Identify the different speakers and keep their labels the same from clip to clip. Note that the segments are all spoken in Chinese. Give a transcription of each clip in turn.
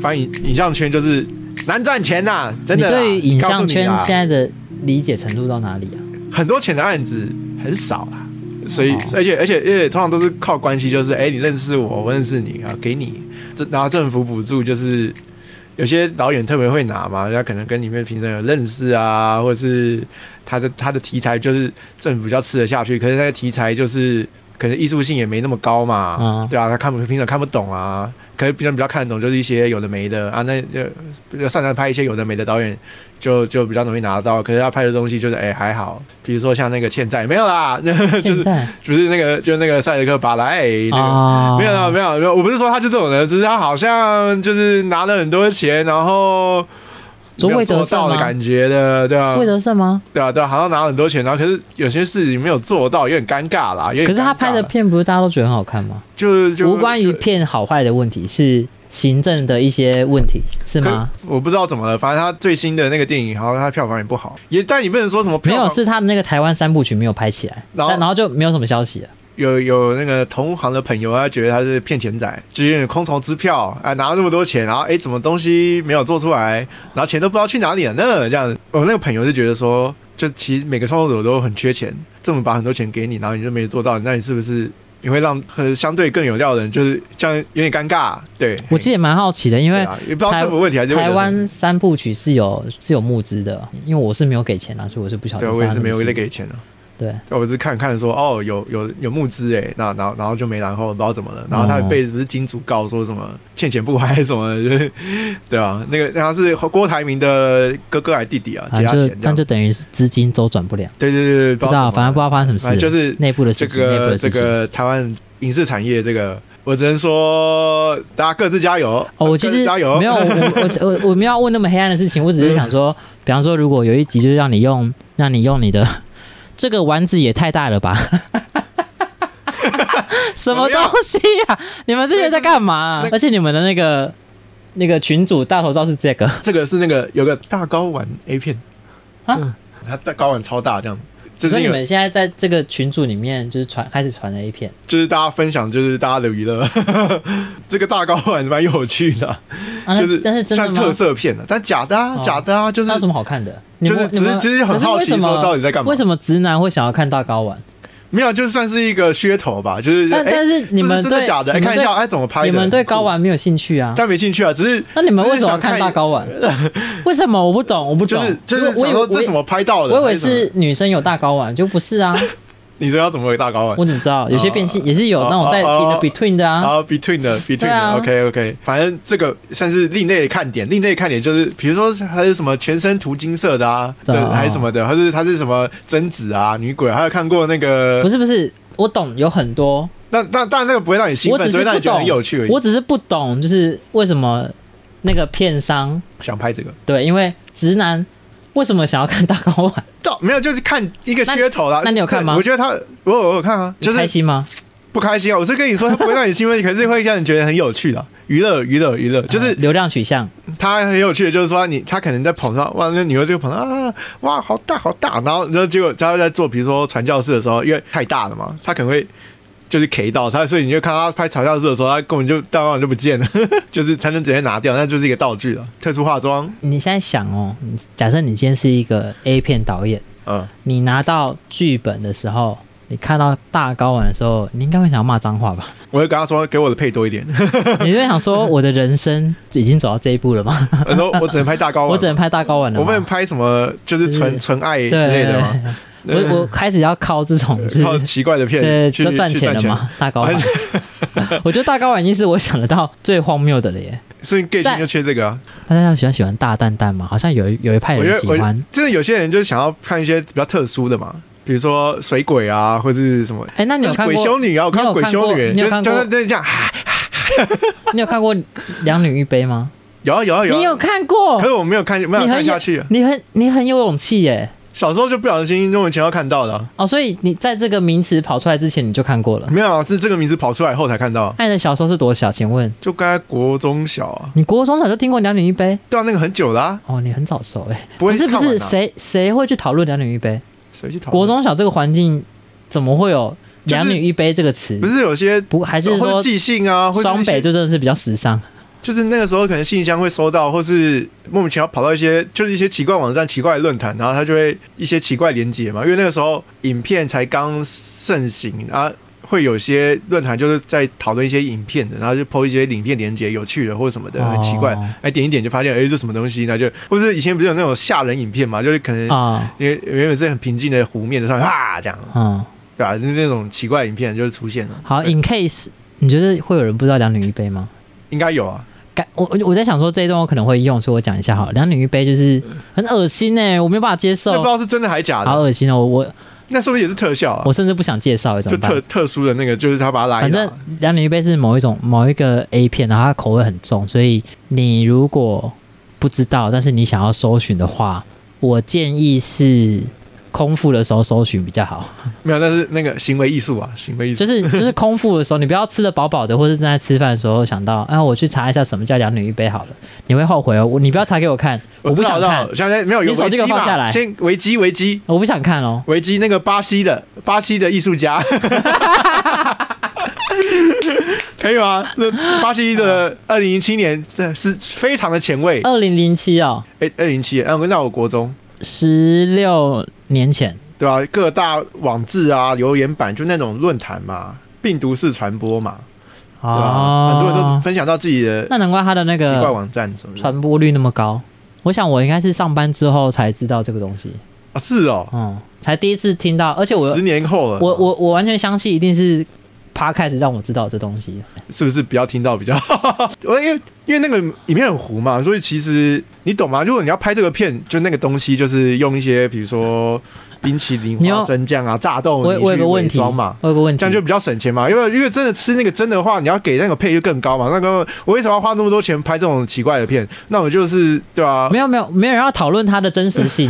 Speaker 1: 反正影影像圈就是难赚钱呐、真的
Speaker 2: 你
Speaker 1: 啦。
Speaker 2: 对影
Speaker 1: 告
Speaker 2: 像圈
Speaker 1: 诉你啦啊
Speaker 2: 现在的理解程度到哪里啊？
Speaker 1: 很多钱的案子很少啦，所以、
Speaker 2: 哦
Speaker 1: 而且而且而且通常都是靠关系，就是哎、你认识我，我认识你啊，给你这然后政府补助就是。有些导演特别会拿嘛，他可能跟里面评审有认识啊，或者是他的他的题材就是政府比较吃得下去，可是那个题材就是可能艺术性也没那么高嘛，
Speaker 2: 嗯
Speaker 1: 对啊，他看不平常看不懂啊，可是平常比较看得懂就是一些有的没的啊，那就比较擅长拍一些有的没的导演就就比较容易拿得到，可是他拍的东西就是哎、还好，比如说像那个欠债没有啦， 那个 就
Speaker 2: 现
Speaker 1: 是
Speaker 2: 在
Speaker 1: 不是那个就是那个塞德克巴莱、那个。
Speaker 2: 啊，
Speaker 1: 没有啦，没有没有，我不是说他就这种人，只是他好像就是拿了很多钱，然后
Speaker 2: 说
Speaker 1: 没有
Speaker 2: 魏德
Speaker 1: 做
Speaker 2: 胜
Speaker 1: 到的
Speaker 2: 吗
Speaker 1: 感觉的，对啊
Speaker 2: 魏，德胜吗？
Speaker 1: 对啊，对啊，好像拿了很多钱，然后可是有些事情没有做到，有点尴尬啦。有点
Speaker 2: 可是他
Speaker 1: 尴尬
Speaker 2: 拍的
Speaker 1: 啦
Speaker 2: 片不是大家都觉得很好看吗？
Speaker 1: 就就
Speaker 2: 无关于
Speaker 1: 就
Speaker 2: 片好坏的问题，是行政的一些问题，是
Speaker 1: 可
Speaker 2: 吗？
Speaker 1: 我不知道怎么了，反正他最新的那个电影，好像他票房也不好，也但你不能说什么票
Speaker 2: 没
Speaker 1: 房
Speaker 2: 有，是他们那个台湾三部曲没有拍起来，
Speaker 1: 然后
Speaker 2: 但然后就没有什么消息了。
Speaker 1: 有有那个同行的朋友，他觉得他是骗钱仔，就是有点空头支票啊，拿了那么多钱，然后哎，怎么东西没有做出来，然后钱都不知道去哪里了呢？这样，我那个朋友就觉得说，就其实每个创作者都很缺钱，政府把很多钱给你，然后你就没做到，那你是不是你会让呃相对更有料的人就是这样有点尴尬？对，
Speaker 2: 我其实也蛮好奇的，因
Speaker 1: 因
Speaker 2: 为
Speaker 1: 啊、也不知道政府问题还是为了
Speaker 2: 台
Speaker 1: 什么
Speaker 2: 湾三部曲是有是有募资的，因为我是没有给钱啊，所以我是不晓得
Speaker 1: 对
Speaker 2: 发
Speaker 1: 我也
Speaker 2: 生什
Speaker 1: 是
Speaker 2: 么事。
Speaker 1: 没有为了给钱啊。
Speaker 2: 对，
Speaker 1: 我只是看看说，哦，有有有募资哎，那然后然后就没然后，不知道怎么了。然后
Speaker 2: 哦
Speaker 1: 他被不是金主告说什么欠钱不还是什么 的，就是对啊，那个他是郭台铭的哥哥还弟弟啊，
Speaker 2: 啊，
Speaker 1: 借他
Speaker 2: 就
Speaker 1: 钱这
Speaker 2: 那
Speaker 1: 样。
Speaker 2: 就等于是资金周转不良，
Speaker 1: 对对对对，
Speaker 2: 不知道，反正不知道发生什
Speaker 1: 反
Speaker 2: 么事，
Speaker 1: 正就是
Speaker 2: 内部的
Speaker 1: 这
Speaker 2: 事情，内部
Speaker 1: 个
Speaker 2: 的
Speaker 1: 这
Speaker 2: 事情。
Speaker 1: 个台湾影视产业这个，我只能说大家各自加油。
Speaker 2: 哦，我
Speaker 1: 各
Speaker 2: 其
Speaker 1: 自
Speaker 2: 实
Speaker 1: 呃加油
Speaker 2: 没有，我 我我我没有要问那么黑暗的事情，我只是想说，比方说，如果有一集就是让你用，让你用你的这个丸子也太大了吧， 什么东西呀、你们这些人在干嘛啊、
Speaker 1: 那个
Speaker 2: 而且你们的那个那个群主大头照是这个，
Speaker 1: 这个是那个有个大睾丸 A 片
Speaker 2: 啊
Speaker 1: 嗯他大睾丸超大这样，就
Speaker 2: 所
Speaker 1: 是
Speaker 2: 以
Speaker 1: 有
Speaker 2: 你们现在在这个群组里面就是传开始传 A 片
Speaker 1: 就是大家分享，就是大家的娱乐， 这个大睾丸蛮有趣的啊、
Speaker 2: 啊，那
Speaker 1: 就是
Speaker 2: 但是真的
Speaker 1: 算
Speaker 2: 吗？
Speaker 1: 特色片了、但假的啊，
Speaker 2: 哦
Speaker 1: 假的啊，就是
Speaker 2: 那有什么好看的？你
Speaker 1: 就
Speaker 2: 们
Speaker 1: 是只
Speaker 2: 你
Speaker 1: 是
Speaker 2: 们
Speaker 1: 只是很
Speaker 2: 可
Speaker 1: 好奇
Speaker 2: 为什么
Speaker 1: 说到底在干嘛
Speaker 2: 为什么直男会想要看大睾丸？
Speaker 1: 没有，就算是一个噱头吧，就是
Speaker 2: 但
Speaker 1: 哎
Speaker 2: 但是你
Speaker 1: 这
Speaker 2: 们
Speaker 1: 是真的
Speaker 2: 对
Speaker 1: 假的？哎
Speaker 2: 你们
Speaker 1: 看一下，
Speaker 2: 对
Speaker 1: 哎，怎么拍的？
Speaker 2: 你们对睾
Speaker 1: 酷，
Speaker 2: 丸没有兴趣啊？
Speaker 1: 但没兴趣啊，只是
Speaker 2: 那你们为什
Speaker 1: 只
Speaker 2: 么要
Speaker 1: 是想
Speaker 2: 看大
Speaker 1: 看
Speaker 2: 睾 丸？为什么我不懂？我不
Speaker 1: 就
Speaker 2: 懂
Speaker 1: 是，就是
Speaker 2: 我
Speaker 1: 想
Speaker 2: 以
Speaker 1: 说
Speaker 2: 为
Speaker 1: 这怎么拍到的？
Speaker 2: 我以为
Speaker 1: 还什么
Speaker 2: 是女生有大睾丸，就不是 啊。
Speaker 1: 你说要怎么有大睾丸？
Speaker 2: 我怎么知道？有些变性也是有
Speaker 1: 哦
Speaker 2: 那种在 in
Speaker 1: 哦
Speaker 2: the between 的
Speaker 1: 然
Speaker 2: 啊。
Speaker 1: 后 between 的 between
Speaker 2: 对
Speaker 1: 的、
Speaker 2: 啊
Speaker 1: OK OK，反正这个算是另类的看点，另类的看点就是比如说还有什么全身涂金色的啊，对，
Speaker 2: 对啊
Speaker 1: 还是什么的，还是它是什么贞子啊、女鬼，还有看过那个
Speaker 2: 不，是不是，我懂，有很多，
Speaker 1: 那那当然那个不会让你兴
Speaker 2: 我
Speaker 1: 奋，
Speaker 2: 只
Speaker 1: 只会
Speaker 2: 是
Speaker 1: 让
Speaker 2: 不
Speaker 1: 你觉得很
Speaker 2: 懂
Speaker 1: 有趣而已
Speaker 2: 我。只是不懂，就是为什么那个片商
Speaker 1: 想拍这个，
Speaker 2: 对，因为直男为什么想要看大睾丸？
Speaker 1: 到没有就是看一个噱头啦。
Speaker 2: 那那你有看吗
Speaker 1: 这我觉得他我有我有看啊，就
Speaker 2: 你开
Speaker 1: 是
Speaker 2: 心吗？
Speaker 1: 不开心啊。我是跟你说，他不会让你兴奋，可 是会让你觉得很有趣的娱乐娱乐娱乐，就
Speaker 2: 啊
Speaker 1: 是
Speaker 2: 流量取向，
Speaker 1: 他很有趣的，就是说你他可能在捧上，哇，那女的就捧上啊，哇，好大好大，然后然后结果他在做，比如说传教士的时候，因为太大了嘛，他可能会就是 K 到他，所以你就看他拍传教士的时候，他根本就大碗就不见了， 就是他能直接拿掉，那就是一个道具了，特殊化妆，
Speaker 2: 你现在想哦，你假设你今天是一个 A 片导演，
Speaker 1: 嗯，
Speaker 2: 你拿到剧本的时候，你看到大睾丸的时候，你应该会想要骂脏话 吧？
Speaker 1: 我会跟他说给我的配多一点，
Speaker 2: 你就会想说，我的人生已经走到这一步了吗？
Speaker 1: 我说我只能拍大高
Speaker 2: 我
Speaker 1: 碗
Speaker 2: 只，能拍大睾丸了
Speaker 1: 我
Speaker 2: 吗。
Speaker 1: 不能拍什么就是纯
Speaker 2: 就是
Speaker 1: 纯爱之
Speaker 2: 对
Speaker 1: 类的吗？
Speaker 2: 对对对我我开始要靠这种就
Speaker 1: 靠
Speaker 2: 是
Speaker 1: 奇怪的
Speaker 2: 对
Speaker 1: 片去
Speaker 2: 就赚
Speaker 1: 去
Speaker 2: 钱了嘛，大睾丸。 我觉得大睾丸已经是我想得到最荒谬的了耶。
Speaker 1: 所以 gay
Speaker 2: 但
Speaker 1: 群就缺这个、啊。
Speaker 2: 大家要喜欢喜欢大蛋蛋吗？好像有一有一派
Speaker 1: 我觉
Speaker 2: 人
Speaker 1: 得
Speaker 2: 喜
Speaker 1: 我觉
Speaker 2: 欢
Speaker 1: 得。真的有些人就是想要看一些比较特殊的嘛，比如说水鬼啊，或者是什么。
Speaker 2: 哎，那你有
Speaker 1: 就是
Speaker 2: 看
Speaker 1: 鬼修
Speaker 2: 过
Speaker 1: 女啊，我
Speaker 2: 你
Speaker 1: 看
Speaker 2: 有
Speaker 1: 鬼
Speaker 2: 看
Speaker 1: 修
Speaker 2: 过
Speaker 1: 女，
Speaker 2: 你
Speaker 1: 就
Speaker 2: 有
Speaker 1: 就
Speaker 2: 看
Speaker 1: 是
Speaker 2: 过
Speaker 1: 那这样，啊
Speaker 2: 你有看过《两女一杯》 吗？
Speaker 1: 有啊有啊有啊。
Speaker 2: 你有看过
Speaker 1: 可？啊是我没有看，没有
Speaker 2: 你
Speaker 1: 看
Speaker 2: 很有
Speaker 1: 下去。
Speaker 2: 你很你很有勇气耶。
Speaker 1: 小时候就不小心用以前要看到的啊，
Speaker 2: 哦，所以你在这个名词跑出来之前你就看过了。
Speaker 1: 没有啊，是这个名字跑出来后才看到，啊
Speaker 2: 那你的小时候是多小？请问
Speaker 1: 就该国中小啊，
Speaker 2: 你国中小就听过《两女一杯》？
Speaker 1: 对啊，那个很久啦，
Speaker 2: 哦，你很早熟哎、
Speaker 1: 不会
Speaker 2: 是不
Speaker 1: 看完
Speaker 2: 是
Speaker 1: 啊
Speaker 2: 谁谁会去讨论两女一杯？
Speaker 1: 谁去讨论啊
Speaker 2: 国中小这个环境怎么会有
Speaker 1: 就是
Speaker 2: 两女一杯这个词？
Speaker 1: 不是有些
Speaker 2: 不还是
Speaker 1: 或者
Speaker 2: 说
Speaker 1: 即兴啊，或者
Speaker 2: 双
Speaker 1: 一些
Speaker 2: 北就真的是比较时尚？
Speaker 1: 就是那个时候可能信箱会收到，或是莫名其妙跑到一些就是一些奇怪网站、奇怪的论坛，然后他就会一些奇怪连接嘛，因为那个时候影片才刚盛行啊。会有些论坛就是在讨论一些影片的，然后就 PO 一些影片连接，有趣的或者什么的，很奇怪
Speaker 2: 哦，
Speaker 1: 哎点一点就发现，哎这什么东西，那就或者是以前不是有那种吓人影片嘛，就是可能
Speaker 2: 啊，
Speaker 1: 因为原本是很平静的湖面上啊这样，
Speaker 2: 嗯，
Speaker 1: 对吧、就是那种奇怪的影片就是出现了，
Speaker 2: 好，in case 你觉得会有人不知道两女一杯吗？
Speaker 1: 应该有啊，
Speaker 2: 感我我我在想说这一段我可能会用，所以我讲一下好了。两女一杯就是很恶心哎、我没有办法接
Speaker 1: 那不
Speaker 2: 受
Speaker 1: 知，道是真的还假
Speaker 2: 好
Speaker 1: 的，
Speaker 2: 恶心哦、我我
Speaker 1: 那说不定也是特效啊
Speaker 2: 我，甚至不想介绍，欸怎
Speaker 1: 就
Speaker 2: 么办
Speaker 1: 特？特殊的那个，就是他把它拉一
Speaker 2: 反
Speaker 1: 拉
Speaker 2: 正两女一杯是某一种某一个 A 片，然后它口味很重，所以你如果不知道，但是你想要搜寻的话，我建议是空腹的时候搜寻比 较好。
Speaker 1: 没有，那是那个行为艺术啊，行为艺术
Speaker 2: 就。是就是空腹的时候，你不要吃的饱饱的，或是正在吃饭的时候想到，啊，我去查一下什么叫两女一杯好了，你会后悔哦。我你不要查给我看，我不
Speaker 1: 知道，我
Speaker 2: 想
Speaker 1: 知
Speaker 2: 看
Speaker 1: 道，，现在没有有
Speaker 2: 你手
Speaker 1: 维
Speaker 2: 机
Speaker 1: 基
Speaker 2: 给我放下
Speaker 1: 嘛？
Speaker 2: 来
Speaker 1: 先维基维基
Speaker 2: 我不想看哦。
Speaker 1: 维基那个巴西的巴西的艺术家， 可以吗？那巴西的二零零七年这是非常的前卫，
Speaker 2: 二零零七哦，
Speaker 1: 哎，二零零七，啊，那我国中。
Speaker 2: 十六年前，
Speaker 1: 对吧、各大网志啊、留言板，就那种论坛嘛，病毒式传播嘛，对吧、啊
Speaker 2: 哦，
Speaker 1: 很多人都分享到自己的
Speaker 2: 那难怪他的那
Speaker 1: 奇怪
Speaker 2: 个
Speaker 1: 网站什么的
Speaker 2: 传播率那么高。我想我应该是上班之后才知道这个东西，
Speaker 1: 啊，是哦，
Speaker 2: 嗯，才第一次听到，而且我
Speaker 1: 十年后了，
Speaker 2: 我我我完全相信一定是。他开始让我知道这东西，
Speaker 1: 是不是不要听到比较好？ 我因为因为那个影片很糊嘛，所以其实你懂吗？如果你要拍这个片，就那个东西就是用一些比如说冰淇淋、
Speaker 2: 你有
Speaker 1: 花生酱啊、炸豆
Speaker 2: 我
Speaker 1: 泥
Speaker 2: 我有
Speaker 1: 去
Speaker 2: 个问
Speaker 1: 伪
Speaker 2: 题，
Speaker 1: 装嘛
Speaker 2: 我。有个问题，
Speaker 1: 这样就比较省钱嘛，因为因为真的吃那个真的话，你要给那个配就更高嘛。那个我为什么要花那么多钱拍这种奇怪的片？那我就是对吧、
Speaker 2: 没有没有没有人要讨论它的真实 性，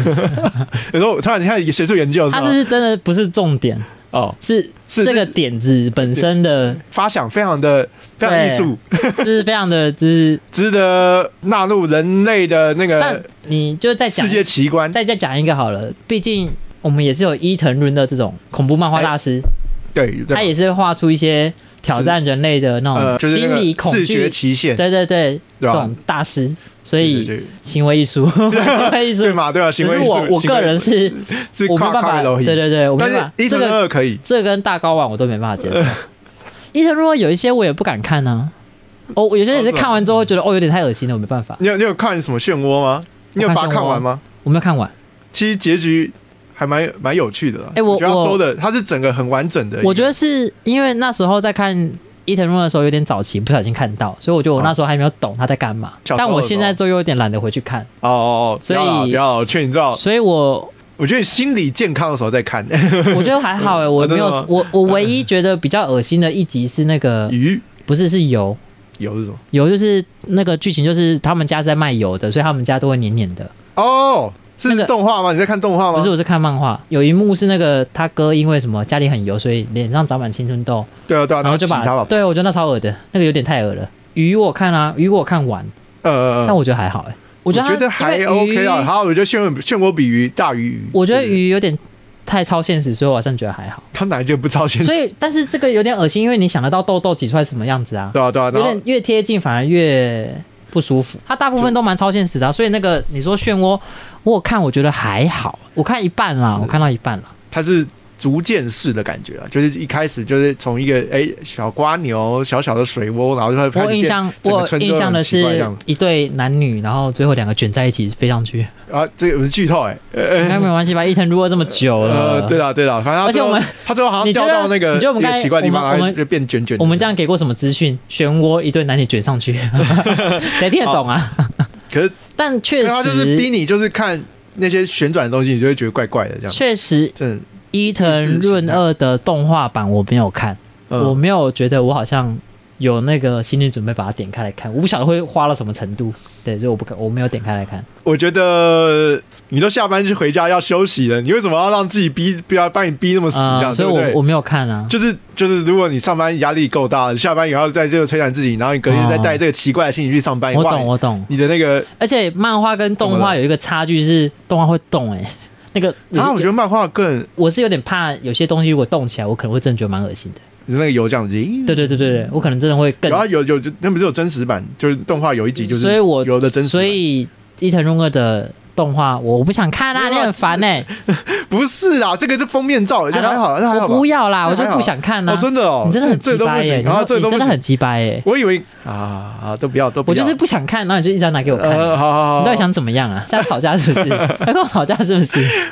Speaker 1: 有时候我突然看学术研究是
Speaker 2: 它
Speaker 1: 吧
Speaker 2: 这？是真的不是重点，
Speaker 1: 哦，
Speaker 2: 是
Speaker 1: 是
Speaker 2: 这个
Speaker 1: 是
Speaker 2: 点子本 身的，
Speaker 1: 发想非常的非常
Speaker 2: 对
Speaker 1: 艺术，
Speaker 2: 就是非常的，就是
Speaker 1: 值得纳入人类的那
Speaker 2: 但
Speaker 1: 个
Speaker 2: 你就再讲
Speaker 1: 呃世界奇观。
Speaker 2: 再再讲一个好了，毕竟我们也是有伊藤润的这种恐怖漫画大
Speaker 1: 哎
Speaker 2: 师，
Speaker 1: 对，
Speaker 2: 他
Speaker 1: 对吧
Speaker 2: 也是画出一些挑战人类的那
Speaker 1: 呃，
Speaker 2: 种
Speaker 1: 就是那
Speaker 2: 心理
Speaker 1: 个
Speaker 2: 恐
Speaker 1: 视
Speaker 2: 惧
Speaker 1: 觉，期限，
Speaker 2: 对对对，
Speaker 1: 对
Speaker 2: 这
Speaker 1: 吧
Speaker 2: 种大师，所
Speaker 1: 对
Speaker 2: 以
Speaker 1: 对
Speaker 2: 行为 艺术，行为艺
Speaker 1: 对对
Speaker 2: 术，
Speaker 1: 嘛，对吧？啊
Speaker 2: 只
Speaker 1: 行为
Speaker 2: 是
Speaker 1: 艺术
Speaker 2: 我我
Speaker 1: 行为
Speaker 2: 个
Speaker 1: 艺
Speaker 2: 人
Speaker 1: 术
Speaker 2: 是
Speaker 1: 是
Speaker 2: 我没
Speaker 1: 跨
Speaker 2: 办
Speaker 1: 跨
Speaker 2: 法，
Speaker 1: 越楼
Speaker 2: 对
Speaker 1: 梯，
Speaker 2: 对对，我没
Speaker 1: 但
Speaker 2: 办
Speaker 1: 是
Speaker 2: 法，
Speaker 1: 一
Speaker 2: 这
Speaker 1: 乘
Speaker 2: 个
Speaker 1: 二可以，
Speaker 2: 这跟大睾丸我都没办法 接受。医生如果有一些我也不敢看呢、哦，我有些也是看完之后会觉得哦有点太恶心了，我没办法，
Speaker 1: 你有你有看什么漩涡吗？你有
Speaker 2: 我看
Speaker 1: 把它
Speaker 2: 漩
Speaker 1: 看
Speaker 2: 涡
Speaker 1: 完吗？
Speaker 2: 我没有看完，
Speaker 1: 其实结局还蛮蛮有趣的啦。
Speaker 2: 哎我
Speaker 1: 觉得他
Speaker 2: 我
Speaker 1: 收的它是整个很完整的一个，
Speaker 2: 我觉得是因为那时候在看。伊藤润的时候有点早期，不小心看到，所以我觉得我那时候还没有懂他在干嘛。
Speaker 1: 哦小时候
Speaker 2: 但
Speaker 1: 的时候
Speaker 2: 我现在就有点懒得回去看，
Speaker 1: 哦哦哦，不要啦
Speaker 2: 所以
Speaker 1: 不要啦，我劝你知道，
Speaker 2: 所以我
Speaker 1: 我觉得你心理健康的时候再看
Speaker 2: 我觉得还好哎、我没有
Speaker 1: 啊真的吗
Speaker 2: 我我唯一觉得比较恶心的一集是那个
Speaker 1: 鱼
Speaker 2: 不是是油
Speaker 1: 有是什么？
Speaker 2: 油，就是那个剧情就是他们家是在卖油的，所以他们家都会黏黏的。
Speaker 1: 哦，
Speaker 2: 那
Speaker 1: 是
Speaker 2: 个
Speaker 1: 动画吗？你在看动画吗？
Speaker 2: 不是，我是看漫画，有一幕是那个他哥因为什么家里很油，所以脸上长满青春痘，
Speaker 1: 对啊对啊，
Speaker 2: 然后
Speaker 1: 挤
Speaker 2: 就
Speaker 1: 他
Speaker 2: 把
Speaker 1: 吧，
Speaker 2: 对我觉得那超恶的，那个有点太恶了。鱼我看啊，鱼我看完，
Speaker 1: 呃呃，
Speaker 2: 但
Speaker 1: 呃
Speaker 2: 我觉得还好哎、我
Speaker 1: 我
Speaker 2: 觉得它
Speaker 1: 还
Speaker 2: 因为
Speaker 1: OK 啊。
Speaker 2: 鱼
Speaker 1: 好，我觉得漩涡漩涡比鱼大于鱼，
Speaker 2: 我觉得
Speaker 1: 对对对
Speaker 2: 鱼有点太超现实，所以我好像觉得还 好。
Speaker 1: 他哪一件不超前？
Speaker 2: 所以，但是这个有点恶心，因为你想得到痘痘挤出来什么样子啊，
Speaker 1: 对啊对啊，
Speaker 2: 有
Speaker 1: 然后
Speaker 2: 点越贴近反而越不舒服。它大部分都蛮超现实的啊、所以那个你说漩涡，我有看我觉得还好，我看一半啦，
Speaker 1: 是
Speaker 2: 我看到一半啦。
Speaker 1: 它是逐渐式的感觉啊，就是一开始就是从一个哎小瓜牛小小的水窝，然后就会开始
Speaker 2: 我印
Speaker 1: 变
Speaker 2: 象，
Speaker 1: 整
Speaker 2: 我
Speaker 1: 个村
Speaker 2: 印
Speaker 1: 都
Speaker 2: 象的
Speaker 1: 很奇怪这
Speaker 2: 是
Speaker 1: 样
Speaker 2: 一对男女，然后最后两个卷在一起飞上去，
Speaker 1: 啊，这个不是剧透哎，
Speaker 2: 应该没关系吧？伊藤如果这么久了，
Speaker 1: 呃，对啦对啦，反正他
Speaker 2: 而且
Speaker 1: 最
Speaker 2: 我
Speaker 1: 后
Speaker 2: 们
Speaker 1: 他最后好像
Speaker 2: 你觉
Speaker 1: 掉
Speaker 2: 得
Speaker 1: 到那个
Speaker 2: 你觉得我们
Speaker 1: 一个
Speaker 2: 刚才
Speaker 1: 奇怪的地
Speaker 2: 我
Speaker 1: 方，
Speaker 2: 们
Speaker 1: 然后就变卷卷的。
Speaker 2: 我们这样给过什么资讯？漩涡一对男女卷 上去，谁听得懂啊？
Speaker 1: 可是
Speaker 2: 但确
Speaker 1: 可是他就是逼
Speaker 2: 实，
Speaker 1: 你就是看那些旋转的东西，你就会觉得怪怪的这样。
Speaker 2: 确实，
Speaker 1: 真的，
Speaker 2: 伊藤润二的动画版我没有看，我
Speaker 1: 嗯，
Speaker 2: 没有觉得我好像有那个心理准备把它点开来看，我不晓得会花到什么程度。对，所以我不可我没有点开来看。
Speaker 1: 我觉得你都下班就回家要休息了，你为什么要让自己逼不要把你逼那么死这
Speaker 2: 啊，
Speaker 1: 样？
Speaker 2: 所
Speaker 1: 对
Speaker 2: 以
Speaker 1: 不
Speaker 2: 我
Speaker 1: 对
Speaker 2: 我？没有看啊。
Speaker 1: 就是就是，如果你上班压力够大，下班也要在这个摧残自己，然后你隔天再带这个奇怪的心情去上班，
Speaker 2: 我
Speaker 1: 哇
Speaker 2: 懂，我懂。
Speaker 1: 你的那个
Speaker 2: 而且漫画跟动画有一个差距是，动画会动哎、欸那个
Speaker 1: 啊，我觉
Speaker 2: 得
Speaker 1: 得漫画更
Speaker 2: 我是有点怕有些东西如果动起来，我可能会真的觉得蛮恶心的。
Speaker 1: 你是那个有奖机，
Speaker 2: 对对对对对，我可能真的会更
Speaker 1: 然，后有有就那不是有真实版，就是动画有一集就是，
Speaker 2: 所以我
Speaker 1: 有的真实版，
Speaker 2: 所以伊藤润二的动画我不想看啦，
Speaker 1: 没
Speaker 2: 你
Speaker 1: 有啊
Speaker 2: 很烦哎、
Speaker 1: 不是啊，这个是封面照，就还好，那还好
Speaker 2: 我
Speaker 1: 吧。
Speaker 2: 不要啦，
Speaker 1: 这
Speaker 2: 我
Speaker 1: 还
Speaker 2: 就
Speaker 1: 好
Speaker 2: 不想看啦。啊
Speaker 1: 哦，真的哦，
Speaker 2: 你真的很
Speaker 1: 这这
Speaker 2: 鸡
Speaker 1: 都
Speaker 2: 掰
Speaker 1: 不
Speaker 2: 耶、
Speaker 1: 行，
Speaker 2: 你
Speaker 1: 然后
Speaker 2: 说
Speaker 1: 这
Speaker 2: 你
Speaker 1: 都不
Speaker 2: 真的
Speaker 1: 行
Speaker 2: 很，鸡掰哎、
Speaker 1: 我以为啊啊都不要都不
Speaker 2: 我
Speaker 1: 要，
Speaker 2: 就是不想看，然后你就一直要拿给我看。
Speaker 1: 呃，好好好，
Speaker 2: 你到底想怎么样啊？在吵架 是不是？在跟我吵架是不是？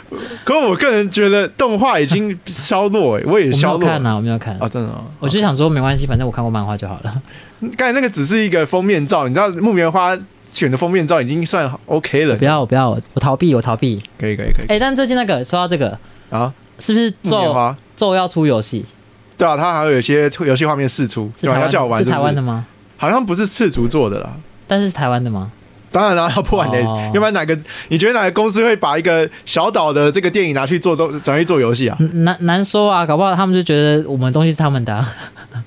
Speaker 1: 可我个人觉得动画已经消落、欸，我也
Speaker 2: 我没
Speaker 1: 消
Speaker 2: 有
Speaker 1: 落
Speaker 2: 看啊，我没有看。
Speaker 1: 啊，真的、哦。
Speaker 2: 我就想说没关系，反正我看过漫画就好了。
Speaker 1: 刚才那个只是一个封面照，你知道木棉花选的封面照已经算好 OK 了
Speaker 2: 不，要，我不要，我逃避，我逃避。
Speaker 1: 可以可以可以。
Speaker 2: 哎、但最近那个说到这个，
Speaker 1: 啊，
Speaker 2: 是不是
Speaker 1: 木棉
Speaker 2: 咒
Speaker 1: 花，
Speaker 2: 咒要出游戏？
Speaker 1: 对啊，它好像有些游戏画面释出，
Speaker 2: 是
Speaker 1: 对吧？
Speaker 2: 台湾
Speaker 1: 要叫我玩
Speaker 2: 是
Speaker 1: 是
Speaker 2: 台
Speaker 1: 不
Speaker 2: 湾的
Speaker 1: 是？
Speaker 2: 吗？
Speaker 1: 好像不是赤足做的啦。
Speaker 2: 但是是台湾的吗？
Speaker 1: 当然啦，要破完的，
Speaker 2: 哦
Speaker 1: 要不然哪个？你觉得哪个公司会把一个小岛的这个电影拿去做都拿去做游戏啊？
Speaker 2: 嗯难难说啊，搞不好他们就觉得我们东西是他们的啊、嗯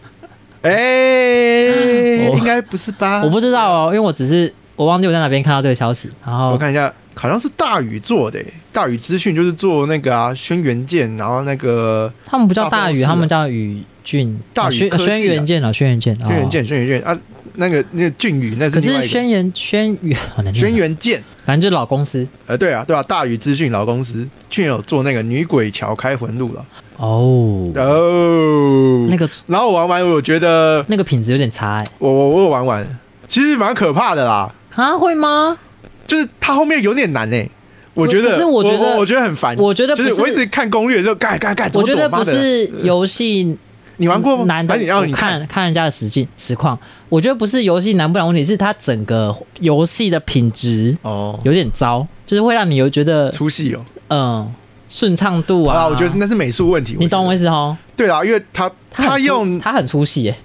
Speaker 1: 哎、
Speaker 2: 我
Speaker 1: 应该不是吧？
Speaker 2: 我不知道哦，因为我只是我忘记我在哪边看到这个消息，然
Speaker 1: 我
Speaker 2: 后
Speaker 1: 看一下，好像是大宇做的、欸，大宇资讯就是做那个啊，轩辕剑，然后那个
Speaker 2: 他们不叫
Speaker 1: 大
Speaker 2: 大
Speaker 1: 风
Speaker 2: 宇，
Speaker 1: 寺啊
Speaker 2: 他们叫宇俊，
Speaker 1: 大宇
Speaker 2: 啊轩
Speaker 1: 科技啊
Speaker 2: 轩辕剑啊，轩辕剑，哦
Speaker 1: 轩辕。剑，轩辕剑啊，那个那个俊宇那是
Speaker 2: 可
Speaker 1: 另外
Speaker 2: 是
Speaker 1: 一个
Speaker 2: 轩辕轩辕好难念啊
Speaker 1: 轩辕剑，
Speaker 2: 反正就是老公司
Speaker 1: 呃，对啊，对啊，大宇资讯老公司去年有做那个女鬼桥开魂录了
Speaker 2: 哦，
Speaker 1: 啊哦，
Speaker 2: 那个
Speaker 1: 然后我玩完，我觉得
Speaker 2: 那个品质有点差哎、
Speaker 1: 我我我有玩完，其实蛮可怕的啦，
Speaker 2: 啊会吗？
Speaker 1: 就是它后面有点难诶、欸我觉
Speaker 2: 可
Speaker 1: 得，
Speaker 2: 是我觉得
Speaker 1: 我觉得很烦，
Speaker 2: 我觉得不
Speaker 1: 就是我一直看攻略的时候，干干干，怎
Speaker 2: 我
Speaker 1: 么
Speaker 2: 觉
Speaker 1: 躲
Speaker 2: 得
Speaker 1: 妈
Speaker 2: 不
Speaker 1: 的呃
Speaker 2: 是游戏
Speaker 1: 你玩过吗？
Speaker 2: 难的
Speaker 1: 还是你让你
Speaker 2: 我看看人家的实境实况，我觉得不是游戏难不难问题，是它整个游戏的品质
Speaker 1: 哦，
Speaker 2: 有点糟，就是会让你有觉得
Speaker 1: 出戏哦。
Speaker 2: 嗯顺畅度啊。
Speaker 1: 啊，我觉得那是美术问题。
Speaker 2: 你懂我
Speaker 1: 我觉
Speaker 2: 意思哦。
Speaker 1: 得？对啦，因为他
Speaker 2: 它很
Speaker 1: 他
Speaker 2: 出
Speaker 1: 用
Speaker 2: 它很出戏耶，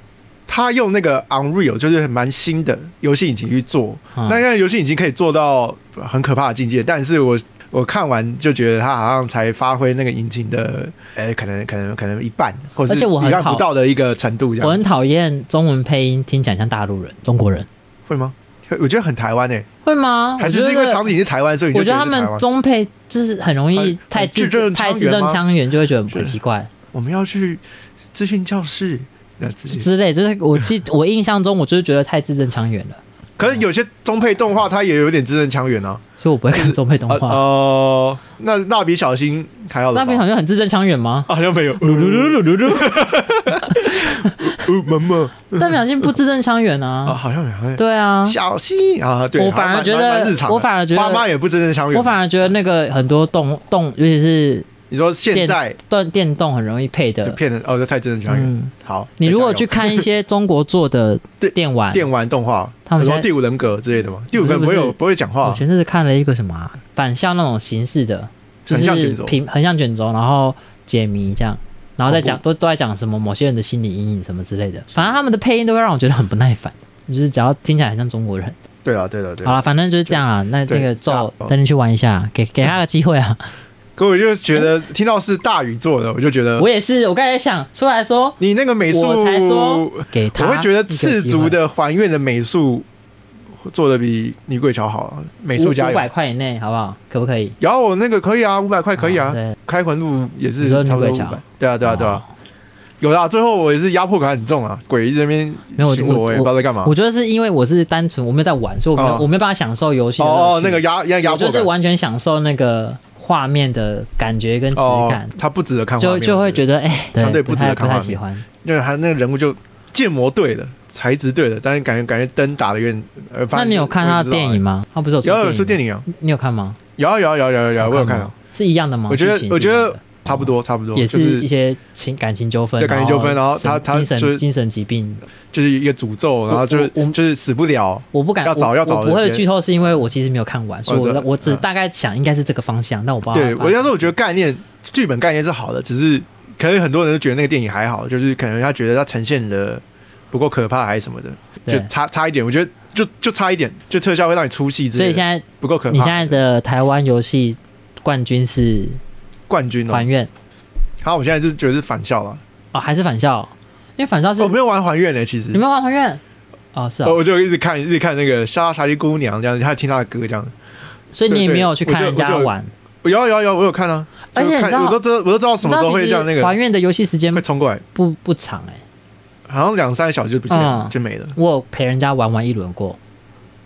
Speaker 1: 他用那个 Unreal 就是蛮新的游戏引擎去做，
Speaker 2: 嗯
Speaker 1: 那现在游戏引擎可以做到很可怕的境界，但是我。我看完就觉得他好像才发挥那个引擎的，哎、可能可能可能一半，或者
Speaker 2: 而
Speaker 1: 是
Speaker 2: 且我很
Speaker 1: 一半
Speaker 2: 好
Speaker 1: 不到的一个程度，这
Speaker 2: 我
Speaker 1: 样
Speaker 2: 很讨厌中文配音听起来像大陆人、中国人，
Speaker 1: 会吗？我觉得很台湾诶、
Speaker 2: 会吗？
Speaker 1: 还
Speaker 2: 我
Speaker 1: 是
Speaker 2: 觉
Speaker 1: 是因为
Speaker 2: 得
Speaker 1: 场景是台湾，所以你
Speaker 2: 我
Speaker 1: 就
Speaker 2: 觉得
Speaker 1: 得
Speaker 2: 他
Speaker 1: 是台
Speaker 2: 们
Speaker 1: 湾。
Speaker 2: 中配就是很容易
Speaker 1: 很
Speaker 2: 太
Speaker 1: 很
Speaker 2: 字
Speaker 1: 字正
Speaker 2: 太
Speaker 1: 腔
Speaker 2: 字
Speaker 1: 圆
Speaker 2: 正
Speaker 1: 吗
Speaker 2: 腔圆，就会觉得很
Speaker 1: 是
Speaker 2: 奇怪。
Speaker 1: 我们要去资讯教室，那自己。
Speaker 2: 之类，就是我记我印象中，我就是觉得太字正腔圆了，
Speaker 1: 可是有些中配动画它也有点字正腔圆啊。
Speaker 2: 所以我不会看中配动
Speaker 1: 啊
Speaker 2: 画。
Speaker 1: 哦、那蜡笔小新还好了吧
Speaker 2: 那边好像很字正腔圆吗？
Speaker 1: 啊好像没有。呜噜噜噜 噜，呜呃妈妈
Speaker 2: 那表现不字正腔圆
Speaker 1: 啊，
Speaker 2: 啊，
Speaker 1: 好像没有好像没有。
Speaker 2: 对啊，
Speaker 1: 小新啊，对，
Speaker 2: 我反而
Speaker 1: 蛮
Speaker 2: 觉得
Speaker 1: 蛮蛮日常的，
Speaker 2: 我反而觉得
Speaker 1: 花妈也不真正相远。
Speaker 2: 我反而觉得那个很多动动，尤其是
Speaker 1: 你说现在
Speaker 2: 电电动很容易配
Speaker 1: 就
Speaker 2: 的。
Speaker 1: 骗人哦，这太真正相远。
Speaker 2: 嗯，
Speaker 1: 好，
Speaker 2: 你如
Speaker 1: 再
Speaker 2: 果
Speaker 1: 加
Speaker 2: 去
Speaker 1: 油
Speaker 2: 看一些中国做的
Speaker 1: 对
Speaker 2: 电玩，
Speaker 1: 电玩动画，
Speaker 2: 他们
Speaker 1: 比如说
Speaker 2: 现在
Speaker 1: 第五人格之类的嘛，第五人格不
Speaker 2: 不
Speaker 1: 会
Speaker 2: 是
Speaker 1: 有不会讲
Speaker 2: 我
Speaker 1: 话，
Speaker 2: 前阵子看了一个什么啊反向那种形式的，就
Speaker 1: 很像
Speaker 2: 是
Speaker 1: 卷轴
Speaker 2: 平横向卷轴，然后解谜这样，然后再讲
Speaker 1: 恐
Speaker 2: 都都在讲什么某些人的心理阴影什么之类的，反正他们的配音都会让我觉得很不耐烦。就是只要听起来很像中国人，
Speaker 1: 对啊，对啊，对
Speaker 2: 好
Speaker 1: 啊。
Speaker 2: 了，反正就是这样啦。那
Speaker 1: 对
Speaker 2: 那个
Speaker 1: 啊
Speaker 2: 咒
Speaker 1: 哦，
Speaker 2: 等你去玩一下，给给他个机会 啊！
Speaker 1: 可我就觉得听到是大宇做的，我就觉得
Speaker 2: 我也是，我刚才想出来说，
Speaker 1: 你那个美术，
Speaker 2: 我才说给他，
Speaker 1: 我会觉得赤足的还原的美术做的比女鬼桥好，美
Speaker 2: 美
Speaker 1: 术家
Speaker 2: 五
Speaker 1: 有。
Speaker 2: 百块以内，好不好？可不可以？
Speaker 1: 然后我那个可以啊，五百块可以啊，
Speaker 2: 对，
Speaker 1: 开魂路也是
Speaker 2: 你说女
Speaker 1: 差不多
Speaker 2: 鬼
Speaker 1: 五
Speaker 2: 桥
Speaker 1: 百。对啊，对啊，对啊，
Speaker 2: 哦。
Speaker 1: 有啦。最后我也是压迫感很重啊，鬼一直在那
Speaker 2: 没有
Speaker 1: 边
Speaker 2: 我
Speaker 1: 巡逻，欸我也不知道在干嘛。
Speaker 2: 我觉得是因为我是单纯我没有在玩，所以我没有、
Speaker 1: 哦
Speaker 2: 我没有办法享受游戏的乐趣
Speaker 1: 哦哦，那个压压压
Speaker 2: 我
Speaker 1: 迫
Speaker 2: 就是
Speaker 1: 感
Speaker 2: 完全享受那个画面的感觉跟质
Speaker 1: 哦
Speaker 2: 感，，
Speaker 1: 他不值得看画
Speaker 2: 就
Speaker 1: 面，
Speaker 2: 就会觉
Speaker 1: 得，
Speaker 2: 得哎，
Speaker 1: 相对
Speaker 2: 不
Speaker 1: 不值得
Speaker 2: 太
Speaker 1: 看
Speaker 2: 不
Speaker 1: 画面
Speaker 2: 太喜欢。
Speaker 1: 因为他那个人物就建模对了，材质对了，但是感觉感觉灯打的有点呃。反
Speaker 2: 那
Speaker 1: 正
Speaker 2: 你有看他的电影
Speaker 1: 吗？
Speaker 2: 吗？他不是有出
Speaker 1: 有有出
Speaker 2: 电
Speaker 1: 电
Speaker 2: 影
Speaker 1: 影啊，
Speaker 2: 吗，你有看吗？
Speaker 1: 有啊有啊有啊有啊有啊，我有看啊
Speaker 2: 吗，，是一样的吗？
Speaker 1: 我觉得
Speaker 2: 剧情
Speaker 1: 我觉
Speaker 2: 是一样
Speaker 1: 得
Speaker 2: 的
Speaker 1: 差不多差不多，
Speaker 2: 也
Speaker 1: 就是是
Speaker 2: 一些情感情纠纷，
Speaker 1: 对感情纠纷然后他
Speaker 2: 神
Speaker 1: 他
Speaker 2: 精
Speaker 1: 就是
Speaker 2: 神精神疾病，
Speaker 1: 就是一个诅咒，然后就是
Speaker 2: 我我
Speaker 1: 就是死不了。
Speaker 2: 我不敢
Speaker 1: 要找
Speaker 2: 我
Speaker 1: 要找
Speaker 2: 我不会
Speaker 1: 人
Speaker 2: 剧透，是因为我其实没有看完，所以
Speaker 1: 我知道
Speaker 2: 我我只
Speaker 1: 嗯
Speaker 2: 大概想应该是这个方向，但我不知道
Speaker 1: 对
Speaker 2: 它发展。
Speaker 1: 我要说，我觉得概念剧本概念是好的，只是可能很多人都觉得那个电影还好，就是可能他觉得他呈现的不够可怕还是什么的，
Speaker 2: 对
Speaker 1: 就差差一点。我觉得就就差一点，就特效会让你出戏之
Speaker 2: 所
Speaker 1: 类
Speaker 2: 以
Speaker 1: 的，
Speaker 2: 现在
Speaker 1: 不够可怕。
Speaker 2: 你现在的台湾游戏冠军是
Speaker 1: 冠军哦，
Speaker 2: 还愿
Speaker 1: 好，我现在是觉得是返校了，哦
Speaker 2: 哦，还是返校？因为返校是
Speaker 1: 我没有玩还愿呢，其实
Speaker 2: 你。们玩还愿哦，是
Speaker 1: 呃
Speaker 2: 哦，
Speaker 1: 我就一直看，一直看那个莎莎莉姑娘这样，他听她的歌这样，
Speaker 2: 所以你
Speaker 1: 对
Speaker 2: 也
Speaker 1: 对
Speaker 2: 没有去
Speaker 1: 我
Speaker 2: 看
Speaker 1: 就
Speaker 2: 人家
Speaker 1: 我就
Speaker 2: 玩
Speaker 1: 有啊有啊有啊，我有看啊，
Speaker 2: 而且
Speaker 1: 就
Speaker 2: 你知
Speaker 1: 看
Speaker 2: 道
Speaker 1: 我都知道我都知道什么时候会这样那
Speaker 2: 你知道其实
Speaker 1: 个
Speaker 2: 还原的游戏时间
Speaker 1: 会冲过来，
Speaker 2: 不不长哎、
Speaker 1: 好像两三个小时就不见了
Speaker 2: 嗯
Speaker 1: 就没了。
Speaker 2: 我有陪人家玩完一轮过，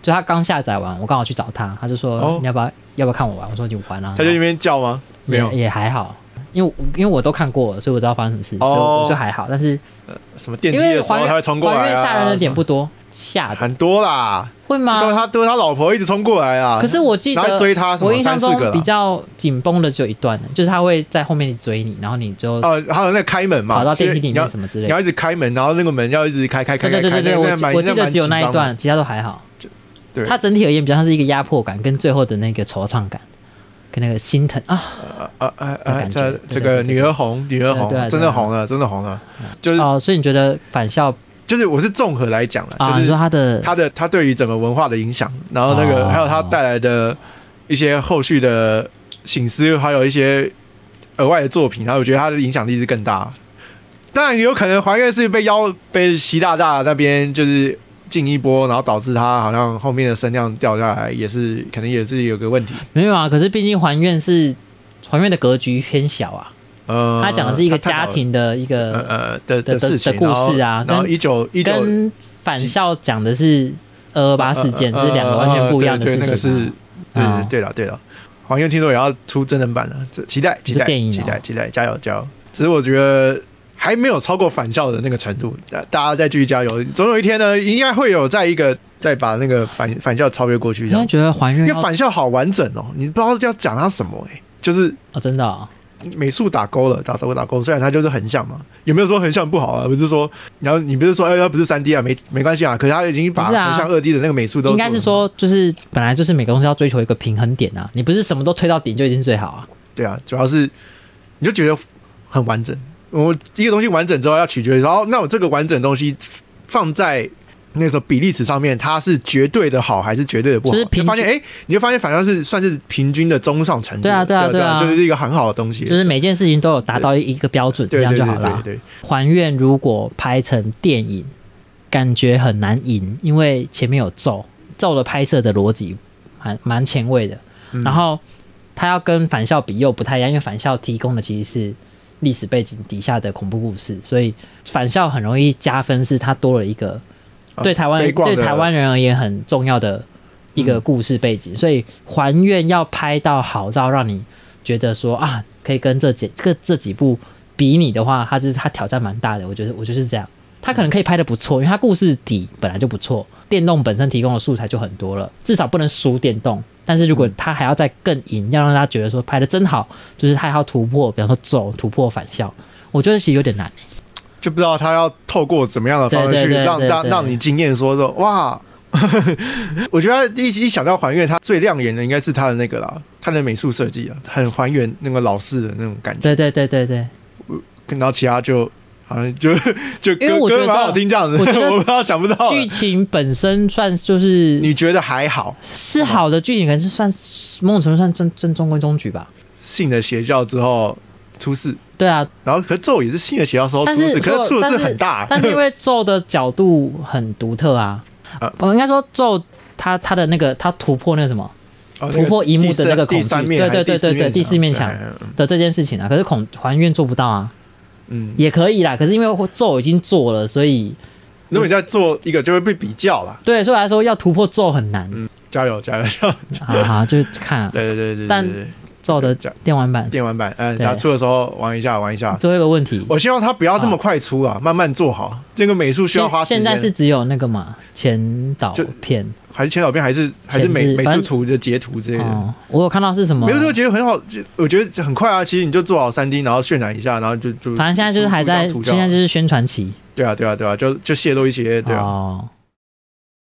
Speaker 2: 就他刚下载完，我刚好去找他，他就说、
Speaker 1: 哦
Speaker 2: 你要不要要不要看我玩？我说你玩啊，
Speaker 1: 他就在那边叫吗？没有
Speaker 2: 也，也还好，因为我因为我都看过了，所以我知道发生什么事，所以
Speaker 1: 哦
Speaker 2: 我就还好。但是
Speaker 1: 什么电梯
Speaker 2: 因
Speaker 1: 的
Speaker 2: 为
Speaker 1: 时
Speaker 2: 还
Speaker 1: 候
Speaker 2: 原
Speaker 1: 他会冲过
Speaker 2: 还
Speaker 1: 来
Speaker 2: 原
Speaker 1: 啊，
Speaker 2: 吓人的点不多，吓的
Speaker 1: 很多啦，
Speaker 2: 会
Speaker 1: 就都是
Speaker 2: 吗？
Speaker 1: 他都是他老婆一直冲过来啊。
Speaker 2: 可是我记
Speaker 1: 然后
Speaker 2: 得
Speaker 1: 追他什么
Speaker 2: 我印象
Speaker 1: 三四个啦
Speaker 2: 中比较紧绷的只有一段，就是他会在后面追你，然后你就
Speaker 1: 哦，还有那个开门嘛，
Speaker 2: 跑到电梯
Speaker 1: 就是
Speaker 2: 里
Speaker 1: 你要
Speaker 2: 面什么之
Speaker 1: 你
Speaker 2: 类的。
Speaker 1: 要一直开门，然后那个门要一直开开开
Speaker 2: 对
Speaker 1: 开
Speaker 2: 对
Speaker 1: 开，
Speaker 2: 对对
Speaker 1: 那
Speaker 2: 对，我
Speaker 1: 个
Speaker 2: 记
Speaker 1: 蛮
Speaker 2: 我记
Speaker 1: 那
Speaker 2: 得
Speaker 1: 蛮
Speaker 2: 只有那
Speaker 1: 紧
Speaker 2: 一
Speaker 1: 张的
Speaker 2: 段，其他都还好。
Speaker 1: 对，
Speaker 2: 它整体而言比较像是一个压迫感跟最后的那个惆怅感，跟那个心疼啊。
Speaker 1: 呃呃呃
Speaker 2: 的
Speaker 1: 呃，
Speaker 2: 感觉
Speaker 1: 这
Speaker 2: 对
Speaker 1: 这
Speaker 2: 对
Speaker 1: 个
Speaker 2: 对对
Speaker 1: 女儿红，女儿
Speaker 2: 对对
Speaker 1: 红，
Speaker 2: 对
Speaker 1: 真的红了，真的红了，就是
Speaker 2: 哦，所以你觉得返校
Speaker 1: 就是我是综合来讲了，
Speaker 2: 啊？
Speaker 1: 就
Speaker 2: 你
Speaker 1: 是
Speaker 2: 说他的
Speaker 1: 他的他对于整个文化的影响，然后那个
Speaker 2: 哦
Speaker 1: 还有他带来的一些后续的醒思，还有一些额外的作品，然后我觉得他的影响力是更大。当然也有可能怀月是被邀被习大大那边就是进一波，然后导致他好像后面的声量掉下来，也是可能也是有个问题。
Speaker 2: 没有啊？可是毕竟还愿是还愿的格局偏小啊，
Speaker 1: 呃，
Speaker 2: 他讲的是一个
Speaker 1: 他探讨
Speaker 2: 家庭的一
Speaker 1: 呃
Speaker 2: 个
Speaker 1: 呃的
Speaker 2: 的
Speaker 1: 事情
Speaker 2: 的故事啊
Speaker 1: 然后
Speaker 2: 跟
Speaker 1: 一九一九
Speaker 2: 跟返校讲的是二二八事
Speaker 1: 嗯呃
Speaker 2: 件，这是两个完全不一样的
Speaker 1: 对对那个
Speaker 2: 事
Speaker 1: 是
Speaker 2: 情啊。，
Speaker 1: 对
Speaker 2: 啊
Speaker 1: 对对了对了，黄燕听说也要出真人版了，这期待期
Speaker 2: 就
Speaker 1: 待
Speaker 2: 电影哦
Speaker 1: 期待期待，加油加油！只是我觉得还没有超过返校的那个程度，大大家再继续加油，总有一天呢，应该会有在一个再把那个返返校超越过去
Speaker 2: 你
Speaker 1: 这
Speaker 2: 会
Speaker 1: 样。
Speaker 2: 觉得还愿
Speaker 1: 因
Speaker 2: 要
Speaker 1: 为返校好完整哦，你不知道要讲他什么哎、就是
Speaker 2: 哦，真的哦
Speaker 1: 美术打勾了，打勾打勾，虽然它就是横向嘛，有没有说横向不好啊？不是说，然后你不是说哎，它不是三 D 啊，没没关系啊，可是它已经把
Speaker 2: 不是啊
Speaker 1: 横向二 D 的那个美术都
Speaker 2: 应该
Speaker 1: 做得
Speaker 2: 是
Speaker 1: 很好
Speaker 2: 说就是本来就是每个东西要追求一个平衡点啊，你不是什么都推到顶就已经最好啊。
Speaker 1: 对啊，主要是你就觉得很完整。我一个东西完整之后，要取决于，然后那我这个完整的东西放在那个比例尺上面，它是绝对的好还是绝对的不好？
Speaker 2: 就是平均
Speaker 1: 就发现哎、诶你就发现反正是算是平均的中上程度。
Speaker 2: 对啊对啊
Speaker 1: 对
Speaker 2: 对啊
Speaker 1: 就是一个很好的东西。
Speaker 2: 就是每件事情都有达到一个标准，这
Speaker 1: 对
Speaker 2: 样
Speaker 1: 对
Speaker 2: 就
Speaker 1: 对
Speaker 2: 好了
Speaker 1: 对
Speaker 2: 啊。
Speaker 1: 对，
Speaker 2: 还愿如果拍成电影，感觉很难赢，因为前面有咒，咒的拍摄的逻辑蛮蛮前卫的。
Speaker 1: 嗯
Speaker 2: 然后他要跟返校比又不太一样，因为返校提供的其实是历史背景底下的恐怖故事，所以返校很容易加分，是它多了一个
Speaker 1: 啊
Speaker 2: 对台湾
Speaker 1: 悲
Speaker 2: 人
Speaker 1: 观
Speaker 2: 对
Speaker 1: 的嗯
Speaker 2: 台湾人而言很重要的一个故事背景，所以还愿要拍到好到让你觉得说啊，可以跟这几这个这几部比拟的话，它就是它挑战蛮大的。我觉得我就是这样，它可能可以拍的不错，因为它故事底本来就不错，电动本身提供的素材就很多了，至少不能输电动。但是如果它还要再更赢，要让大家觉得说拍的真好，就是它还要突破，比方说走突破返校，我觉得其实有点难。
Speaker 1: 就不知道他要透过怎么样的方式
Speaker 2: 对对
Speaker 1: 去
Speaker 2: 对
Speaker 1: 让
Speaker 2: 对
Speaker 1: 让
Speaker 2: 对
Speaker 1: 让你惊艳，说说哇。 我觉得一一想到还原，它最亮眼的应该是它的那个啦，它的美术设计啊，很还原那个老式的那种感觉。
Speaker 2: 对对对对对，
Speaker 1: 然后其他就好像就 就
Speaker 2: 因为
Speaker 1: 歌
Speaker 2: 我觉
Speaker 1: 歌
Speaker 2: 得
Speaker 1: 蛮好听这样子，
Speaker 2: 我觉得
Speaker 1: 我不知道想不到啊。
Speaker 2: 剧情本身算就是
Speaker 1: 你觉得还好？
Speaker 2: 是好的剧情，可能是算某种程度算正正中规中矩吧。
Speaker 1: 信了邪教之后出事，
Speaker 2: 对啊，
Speaker 1: 然后可是咒也是信了邪教之后出
Speaker 2: 但是
Speaker 1: 事，哦可是出的
Speaker 2: 但
Speaker 1: 事
Speaker 2: 是
Speaker 1: 很大，
Speaker 2: 但是因为咒的角度很独特啊
Speaker 1: 啊，
Speaker 2: 我应该说咒他他的那个他突破那个什么
Speaker 1: 哦
Speaker 2: 突破一幕的那个
Speaker 1: 第
Speaker 2: 恐惧
Speaker 1: 三第三面
Speaker 2: 对
Speaker 1: 还是
Speaker 2: 对对对对
Speaker 1: 面
Speaker 2: 第四面
Speaker 1: 墙，对
Speaker 2: 的这件事情啊，可是恐还愿做不到啊，
Speaker 1: 嗯，
Speaker 2: 也可以啦，可是因为咒已经做了，所以
Speaker 1: 如果你在做一个就会被比较啦，
Speaker 2: 对，所以来说要突破咒很难
Speaker 1: 加油加油加油！
Speaker 2: 啊，好就是看啊
Speaker 1: 嗯 对对对对对，
Speaker 2: 但
Speaker 1: 对对
Speaker 2: 咒的
Speaker 1: 这样
Speaker 2: 电玩版
Speaker 1: 电玩版，嗯，
Speaker 2: 对
Speaker 1: 然后出的时候玩一下玩一下。
Speaker 2: 最后一个问题，
Speaker 1: 我希望他不要这么快出啊，慢慢做好。这个美术需要
Speaker 2: 现
Speaker 1: 花时
Speaker 2: 现
Speaker 1: 间。
Speaker 2: 在是只有那个嘛前导
Speaker 1: 就
Speaker 2: 片
Speaker 1: 还是前导片，还是还是美
Speaker 2: 前置
Speaker 1: 美
Speaker 2: 反
Speaker 1: 术
Speaker 2: 正
Speaker 1: 图的截图之类的。
Speaker 2: 哦，我有看到是什么
Speaker 1: 没有，我觉得很好，就我觉得很快啊。其实你就做好三 D，然后渲染一下，然后就就
Speaker 2: 反正现在就是还在，
Speaker 1: 出出一张图
Speaker 2: 现在
Speaker 1: 就
Speaker 2: 就
Speaker 1: 好
Speaker 2: 是宣传期。
Speaker 1: 对啊，对啊，对啊，就就泄露一些，对啊，
Speaker 2: 哦，